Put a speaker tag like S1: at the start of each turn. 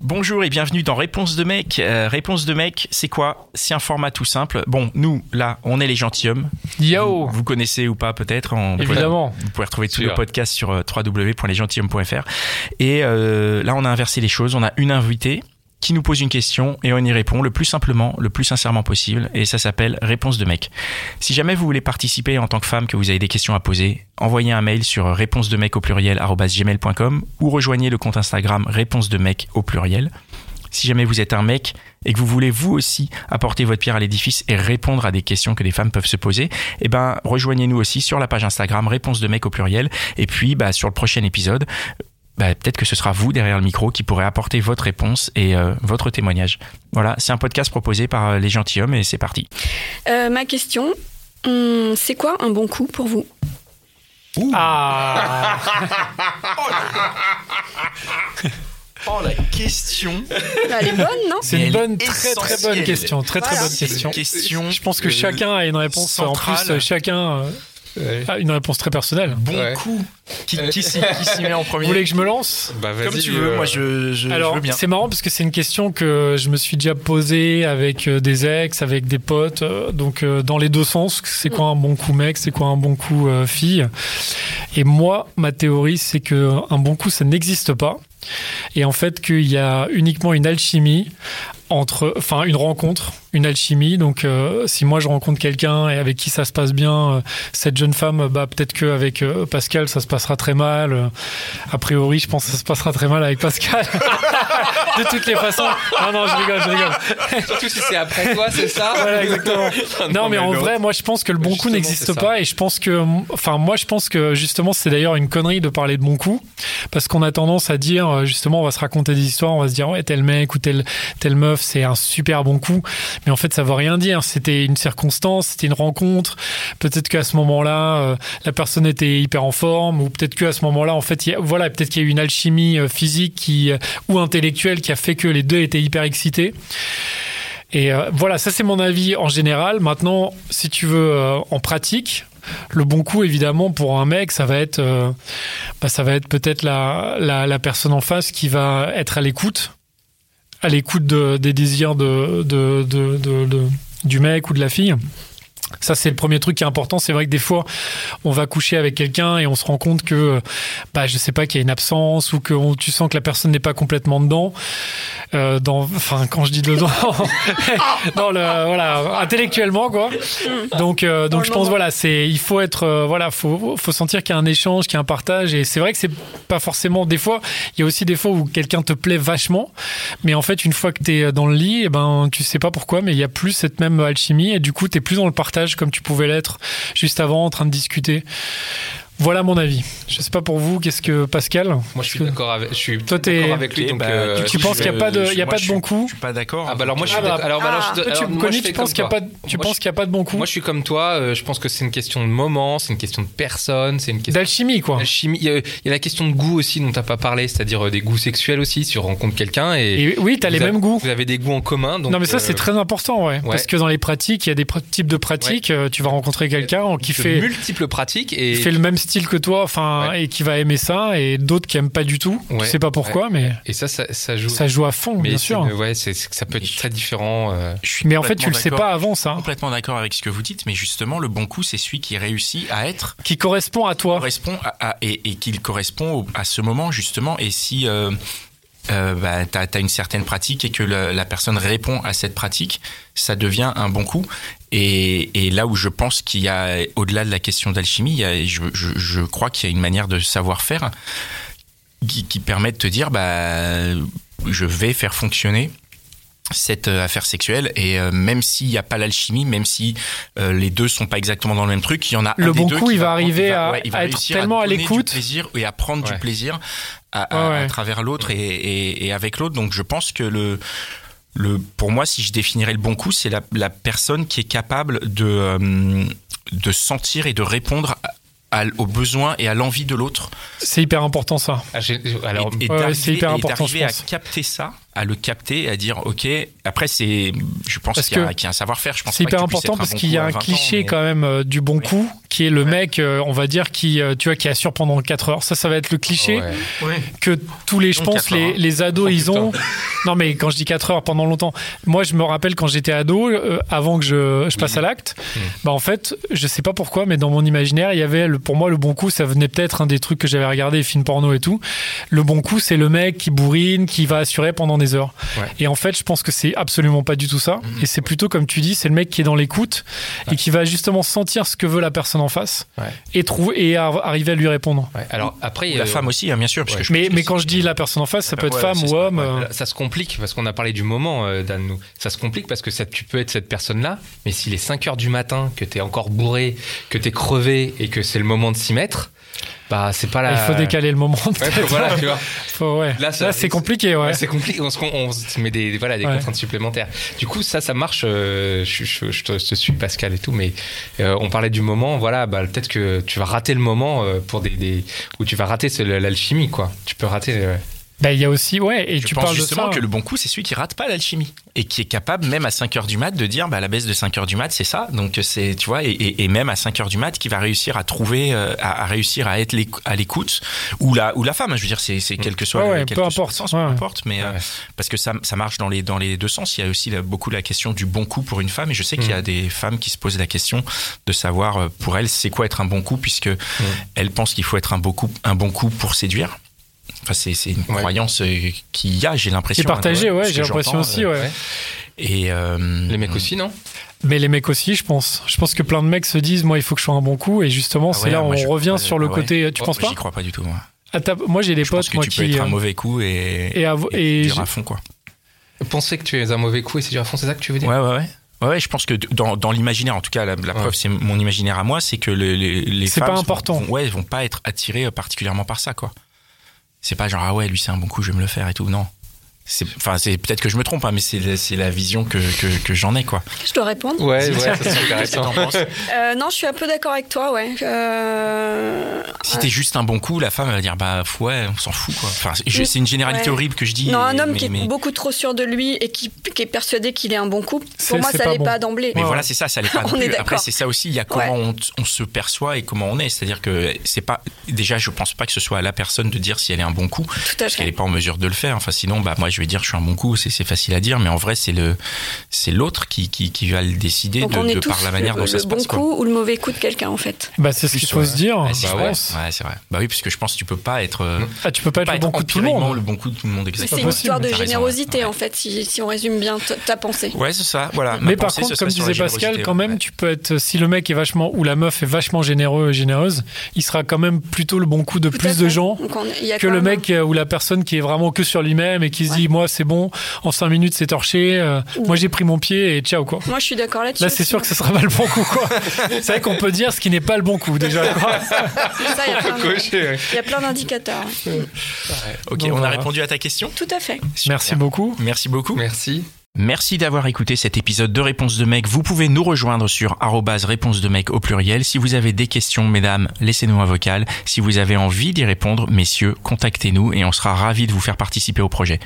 S1: Bonjour et bienvenue dans Réponse de mec. Euh, Réponse de mec, c'est quoi C'est un format tout simple. Bon, nous, là, on est les gentilshommes.
S2: Yo
S1: Vous connaissez ou pas peut-être on-
S2: Évidemment.
S1: Vous pouvez retrouver tous
S3: Sûr.
S1: les podcasts sur euh, www.lesgentilhommes.fr. Et euh, là, on a inversé les choses. On a une invitée qui nous pose une question et on y répond le plus simplement, le plus sincèrement possible. Et ça s'appelle Réponse de mec. Si jamais vous voulez participer en tant que femme, que vous avez des questions à poser, envoyez un mail sur réponse de mec au pluriel arobase gmail.com ou rejoignez le compte Instagram réponse de mec au pluriel. Si jamais vous êtes un mec et que vous voulez vous aussi apporter votre pierre à l'édifice et répondre à des questions que des femmes peuvent se poser, eh ben rejoignez-nous aussi sur la page Instagram réponse de mec au pluriel et puis bah, sur le prochain épisode bah, peut-être que ce sera vous derrière le micro qui pourrez apporter votre réponse et euh, votre témoignage. Voilà, c'est un podcast proposé par euh, les gentilshommes et c'est parti.
S4: Euh, ma question, hum, c'est quoi un bon coup pour vous
S2: Ah
S1: Oh la question
S4: Bah, Elle est bonne, non
S2: C'est
S1: Mais
S2: une
S1: elle
S2: bonne,
S1: est
S2: très très
S1: essentielle.
S2: bonne question. Très très
S4: Voilà.
S2: bonne question.
S1: question.
S2: Je pense que chacun a une réponse. En plus,
S1: centrale.
S2: euh, chacun euh,
S3: Ouais.
S2: a une réponse très personnelle.
S1: Bon
S3: Ouais.
S1: coup Qui, qui s'y qui s'y met en
S2: Vous
S1: premier
S2: voulez que je me lance
S3: Bah, vas-y,
S1: Comme tu veux,
S3: euh,
S1: moi je, je- je
S2: Alors,
S1: veux bien.
S2: c'est marrant parce que c'est une question que je me suis déjà posée avec euh, des ex, avec des potes. euh, Donc, euh, dans les deux sens, c'est quoi un bon coup mec, c'est quoi un bon coup euh, fille. Et moi, ma théorie, c'est que un bon coup, ça n'existe pas. Et en fait, qu'il y a uniquement une alchimie entre, enfin, une rencontre, une alchimie. Donc, euh, si moi je rencontre quelqu'un et avec qui ça se passe bien, euh, cette jeune femme, bah, peut-être qu'avec euh, Pascal, ça se passera très mal. Euh, A priori, je pense que ça se passera très mal avec Pascal. de toutes les façons. Non, non, je rigole, je rigole.
S3: Surtout si c'est après toi, c'est ça
S2: Voilà, exactement. Non, mais en vrai, moi, je pense que le bon coup
S3: Justement, c'est
S2: n'existe
S3: ça.
S2: pas et je pense que, enfin, moi, je pense que justement, c'est d'ailleurs une connerie de parler de bon coup parce qu'on a tendance à dire, euh, justement, on va se raconter des histoires, on va se dire, ouais, tel mec ou telle, telle meuf, c'est un super bon coup. Mais en fait, ça veut rien dire. C'était une circonstance, c'était une rencontre. Peut-être qu'à ce moment-là, euh, la personne était hyper en forme ou peut-être qu'à ce moment-là, en fait, il y a- voilà, peut-être qu'il y a eu une alchimie euh, physique qui, euh, ou intellectuelle qui a fait que les deux étaient hyper excités. Et euh, voilà, ça c'est mon avis en général. Maintenant, si tu veux euh, en pratique, le bon coup évidemment pour un mec, ça va être, euh, bah, ça va être peut-être la, la, la personne en face qui va être à l'écoute, à l'écoute de- des désirs de, de, de- de- de- du mec ou de la fille. Ça, c'est le premier truc qui est important. C'est vrai que des fois, on va coucher avec quelqu'un et on se rend compte que, euh, bah, je sais pas, qu'il y a une absence ou que on- tu sens que la personne n'est pas complètement dedans. Euh, dans, enfin, quand je dis dedans, dans le, voilà, intellectuellement, quoi. Donc, euh,
S4: Dans
S2: donc
S4: le
S2: je pense,
S4: moment.
S2: voilà, c'est, il faut être, euh, voilà, faut, faut sentir qu'il y a un échange, qu'il y a un partage. Et c'est vrai que c'est pas forcément, des fois, il y a aussi des fois où quelqu'un te plaît vachement. Mais en fait, une fois que t'es dans le lit, eh ben, tu sais pas pourquoi, mais il y a plus cette même alchimie et du coup, t'es plus dans le partage comme tu pouvais l'être juste avant en train de discuter. Voilà mon avis. Je sais pas pour vous, qu'est-ce que Pascal
S3: Moi, je suis
S2: Parce que-
S3: d'accord avec, je suis
S2: Toi, t'es-
S3: d'accord avec lui.
S1: Ok,
S3: donc,
S1: bah,
S3: euh,
S1: du
S2: Tu
S1: coup,
S2: penses
S1: je-
S2: qu'il n'y a pas de,
S1: je-
S2: il y a
S1: moi,
S2: pas
S1: je
S2: de bon
S1: suis-
S2: coup
S1: Je suis pas d'accord.
S3: Ah, bah alors, moi, je
S2: Ah,
S3: suis
S2: bah,
S3: d'accord. Alors, bah, alors,
S4: ah,
S3: je-
S2: Toi,
S3: alors,
S2: tu me
S3: moi, je
S2: connais,
S3: fais
S2: tu penses
S3: comme
S2: qu'il n'y a
S3: toi.
S2: pas de, tu
S3: Moi,
S2: penses
S3: je-
S2: qu'il y a pas de bon coup
S3: Moi, je suis comme toi. euh, je pense que c'est une question de moment, c'est une question de personne, c'est une question
S2: D'alchimie, quoi.
S3: d'alchimie. Il y, a, il y a la question de goût aussi dont t'as pas parlé, c'est-à-dire euh, des goûts sexuels aussi. Si tu rencontres quelqu'un et,
S2: Et oui, t'as
S3: vous
S2: les
S3: avez-
S2: mêmes goûts.
S3: vous avez des goûts en commun. Donc,
S2: non, mais ça,
S3: euh,
S2: c'est très important, ouais. Parce que dans les pratiques, il y a des pr- types de pratiques. euh, Tu vas rencontrer quelqu'un qui
S3: de
S2: fait.
S3: multiples pratiques et
S2: qui fait le même style que toi, enfin, et qui va aimer ça, et d'autres qui aiment pas du tout.
S3: Ouais,
S2: tu sais pas pourquoi,
S3: et ça, ça, ça joue.
S2: mais ça joue à fond,
S3: mais
S2: bien
S3: c'est-
S2: sûr.
S3: ouais, c'est c'est que ça peut être très différent. euh,
S1: Je suis
S2: Mais en fait, tu le
S1: complètement
S2: sais
S1: d'accord.
S2: pas avant ça,
S1: Complètement d'accord avec ce que vous dites, mais justement, le bon coup, c'est celui qui réussit à être
S2: qui correspond à toi.
S1: correspond à, à- et, et qu'il correspond au- à ce moment justement. Et si euh, euh, bah, tu as, une certaine pratique et que le- la personne répond à cette pratique, ça devient un bon coup. Et, et là où je pense qu'il y a, au-delà de la question d'alchimie, il y a- je, je- je crois qu'il y a une manière de savoir faire qui, qui permet de te dire, bah, je vais faire fonctionner cette euh, affaire sexuelle et euh, même s'il n'y a pas l'alchimie, même si euh, les deux sont pas exactement dans le même truc, il y en a un
S2: Le
S1: des
S2: bon
S1: deux
S2: coup,
S1: qui
S2: il va arriver à-
S1: ouais, il va
S2: à être
S1: réussir
S2: tellement à
S1: donner du
S2: l'écoute.
S1: plaisir et à prendre
S3: Ouais.
S1: du plaisir à, à-
S2: Ouais, ouais.
S1: à travers l'autre et, et- et avec l'autre. Donc je pense que le, le, pour moi, si je définirais le bon coup, c'est la, la personne qui est capable de, euh, de sentir et de répondre à- à- aux besoins et à l'envie de l'autre.
S2: C'est hyper important ça.
S3: ah, j'ai- alors,
S1: Alors, et,
S2: Ouais,
S1: d'arriver-
S2: c'est hyper
S1: et
S2: important, je
S1: d'arriver à
S2: pense.
S1: capter ça, à le capter, à dire ok. Après, c'est, je pense
S2: Parce
S1: qu'il y, a-
S2: que
S1: qu'il y a un savoir-faire. Je pense
S2: C'est
S1: pas que
S2: hyper
S1: tu puisses
S2: important
S1: être un
S2: parce
S1: bon
S2: qu'il y
S1: coup
S2: a
S1: à
S2: un
S1: 20 ans,
S2: cliché
S1: mais-
S2: quand même euh, du bon
S1: Ouais.
S2: coup qui est le mec, euh, on va dire, qui, euh, tu vois, qui assure pendant 4 heures. Ça, ça va va être le cliché
S3: ouais.
S2: que tous les, je
S1: Donc,
S2: pense,
S1: 4 heures,
S2: les,
S1: hein.
S2: les ados,
S3: Oh,
S2: ils ont. Non, mais quand je dis 4 heures, pendant longtemps. Moi, je me rappelle quand j'étais ado, euh, avant que je, je passe à l'acte, bah en fait, je sais pas pourquoi, mais dans mon imaginaire, il y avait le- pour moi le bon coup, ça venait peut-être un des trucs que j'avais regardé, les films porno et tout. Le bon coup, c'est le mec qui bourrine, qui va assurer pendant des heures.
S3: Ouais.
S2: Et en fait, je pense que c'est absolument pas du tout ça. Et c'est plutôt comme tu dis, c'est le mec qui est dans l'écoute et qui va justement sentir ce que veut la personne en face
S3: Ouais.
S2: et trouver et ar- arriver à lui répondre.
S3: Ouais. Alors après,
S1: Ou la
S3: euh,
S1: femme aussi, hein, bien sûr. parce
S3: ouais.
S1: que je
S2: Mais,
S1: pense que
S2: mais
S1: c'est-
S2: quand je dis la personne en face, ça peut être
S1: Ouais,
S2: femme
S1: c'est
S2: ou
S1: ça.
S2: homme.
S3: Ouais,
S2: euh,
S3: là, ça se complique parce qu'on a parlé du moment, euh, Dan. Nous, ça se complique parce que ça- tu peux être cette personne-là, mais s'il est 5 heures du matin, que t'es encore bourré, que t'es crevé et que c'est le moment de s'y mettre, bah c'est pas la.
S2: Il faut décaler le moment.
S3: Ouais, faut- voilà, tu vois.
S2: Faut- ouais.
S3: Là,
S2: Là,
S3: ça-
S2: c'est compliqué, ouais.
S3: Ouais, C'est compliqué, on se, on se met des, des- voilà, des
S2: Ouais.
S3: contraintes supplémentaires. Du coup, ça, ça marche. euh, je, je- je te, je te suis, Pascal, et tout, mais euh, on parlait du moment. Voilà, bah, peut-être que tu vas rater le moment euh, pour des, des- où tu vas rater c'est le- l'alchimie, quoi. Tu peux rater. euh,
S2: Bah, il y a aussi, ouais, et
S1: Je
S2: tu
S1: pense
S2: parles de
S1: justement
S2: ça. hein.
S1: que le bon coup, c'est celui qui rate pas l'alchimie et qui est capable, même à 5 heures du mat, de dire bah, la baisse de 5 heures du mat, c'est ça. Donc, c'est, tu vois, et, et- et même à 5 heures du mat, qui va réussir à trouver, euh, à, à réussir à être l'éc- à l'écoute, ou la, ou la femme, hein, je veux dire, c'est, c'est quel que soit
S2: Ouais,
S1: le-
S2: ouais,
S1: quel
S2: peu
S1: que soit
S2: importe,
S1: le sens,
S2: ouais.
S1: peu importe, mais euh,
S3: Ouais.
S1: parce que ça, ça marche dans les, dans les deux sens. Il y a aussi la- beaucoup la question du bon coup pour une femme, et je sais qu'il y
S2: Mm.
S1: a des femmes qui se posent la question de savoir euh, pour elles, c'est quoi être un bon coup, puisque
S2: Mm.
S1: elles pensent qu'il faut être un bon coup, un bon coup pour séduire. Enfin, c'est, c'est une
S3: Ouais.
S1: croyance euh, qu'il y a, j'ai l'impression.
S2: C'est partagé,
S1: hein, de-
S2: ouais,
S1: de ce
S2: j'ai
S1: que
S2: l'impression
S1: j'entends,
S2: aussi,
S1: euh,
S2: ouais.
S3: ouais.
S1: Et euh,
S3: Les mecs aussi, non
S2: Mais les mecs aussi, je pense. Je pense que plein de mecs se disent, moi, il faut que je sois un bon coup, et justement,
S1: Ah
S2: c'est
S1: ouais,
S2: là où
S1: moi,
S2: on
S1: je-
S2: revient
S1: ouais,
S2: sur le
S1: ouais.
S2: côté. euh, Tu
S1: oh,
S2: penses pas
S1: J'y crois pas du tout. Moi,
S2: Ah, t'as- Moi, j'ai des
S1: je pense
S2: potes,
S1: que
S2: moi,
S1: tu peux
S2: qui.
S1: être un
S2: euh,
S1: mauvais coup et,
S2: Et, avo- et
S1: et
S2: j'ai-
S1: dur à fond, quoi.
S3: Penser que tu es un mauvais coup et séduire à fond, c'est ça que tu veux dire
S1: Ouais, ouais, ouais. Ouais, je pense que d- dans, dans l'imaginaire, en tout cas, la, la preuve, c'est mon imaginaire à moi, c'est que le- les, les
S2: C'est
S1: femmes
S2: pas
S1: sont-
S2: important.
S1: vont- ouais, vont pas être attirées euh, particulièrement par ça, quoi. C'est pas genre, ah ouais, lui, c'est un bon coup, je vais me le faire et tout. Non. C'est- Enfin, c'est peut-être que je me trompe, hein, mais c'est la- c'est la vision que, que- que j'en ai, quoi.
S4: Je dois répondre.
S3: Ouais, ouais, ça c'est intéressant.
S4: Euh, non, je suis un peu d'accord avec toi, ouais. Euh,
S1: Si t'es juste un bon coup, la femme elle va dire bah pff, ouais, on s'en fout quoi. Enfin, je- c'est une généralité
S4: Mm. Ouais.
S1: horrible que je dis.
S4: Non, un homme
S1: mais-
S4: qui est
S1: mais-
S4: beaucoup trop sûr de lui et qui, qui est persuadé qu'il est un bon couple,
S2: C'est-
S4: pour moi,
S2: c'est
S4: ça
S2: pas
S4: n'est
S2: bon.
S4: pas d'emblée.
S1: Mais
S2: Ouais.
S1: voilà, c'est ça, ça l'est pas. non
S4: On est
S1: plus. Après,
S4: d'accord.
S1: c'est ça aussi, il y a comment on, t- on se perçoit et comment on est. C'est-à-dire que c'est pas. Déjà, je pense pas que ce soit à la personne de dire si elle est un bon coup,
S4: Tout à
S1: parce qu'elle
S4: fait.
S1: est pas en mesure de le faire. Enfin, sinon, bah moi, je vais dire je suis un bon coup, c'est c'est facile à dire, mais en vrai, c'est le c'est l'autre qui, qui, qui va le décider
S4: Donc
S1: de,
S4: on est
S1: de
S4: tous
S1: par la manière
S4: le,
S1: dont ça
S4: le
S1: se
S4: bon
S1: passe. quoi.
S4: coup ou le mauvais coup de quelqu'un, en fait.
S2: Bah, c'est ce qu'il
S1: Plus,
S2: faut
S1: ouais.
S2: se dire.
S1: Ouais, c'est
S3: Bah
S1: vrai.
S2: ouais.
S1: Ouais, c'est vrai. Bah oui, parce que je pense que tu peux pas être. euh,
S2: Ah, tu peux pas être
S1: pas
S2: le bon
S1: être
S2: coup de tout le
S1: empiriquement
S2: monde.
S1: le bon coup de tout le monde.
S4: Mais
S1: exactement.
S4: c'est une
S2: possible.
S4: histoire de
S1: T'as raison,
S4: générosité,
S1: ouais.
S4: en fait, si, si on résume bien t- ta pensée.
S1: Ouais, c'est ça. Voilà. ma
S2: Mais par
S1: pensée, ce
S2: contre,
S1: serait
S2: comme
S1: sur la
S2: disait Pascal,
S1: générosité,
S2: quand
S1: ouais.
S2: même, tu peux être. Si le mec est vachement. ou la meuf est vachement généreux et généreuse, il sera quand même plutôt le bon coup de
S4: Tout à
S2: plus
S4: fait.
S2: de gens
S4: Donc on- il y a
S2: que
S4: quand
S2: le
S4: même un-
S2: mec euh, ou la personne qui est vraiment que sur lui-même et qui se
S4: Ouais.
S2: dit moi c'est bon en 5 minutes c'est torché euh,
S4: Ou-
S2: moi j'ai pris mon pied et ciao quoi
S4: Moi, je suis d'accord là-dessus.
S2: là c'est sûr que ce sera pas le bon coup quoi c'est vrai qu'on peut dire ce qui n'est pas le bon coup déjà quoi.
S4: Ça, il y a plein de-
S3: Coché, ouais.
S4: il y a plein d'indicateurs.
S1: Ok,
S2: Donc,
S1: on a
S2: voilà.
S1: répondu à ta question.
S4: Tout à fait.
S1: Super.
S2: merci beaucoup
S1: Merci beaucoup.
S3: Merci.
S1: Merci d'avoir écouté cet épisode de Réponse de Mec. Vous pouvez nous rejoindre sur arrobase réponse de mec au pluriel. Si vous avez des questions, mesdames, laissez-nous un vocal. Si vous avez envie d'y répondre, messieurs, contactez-nous et on sera ravis de vous faire participer au projet.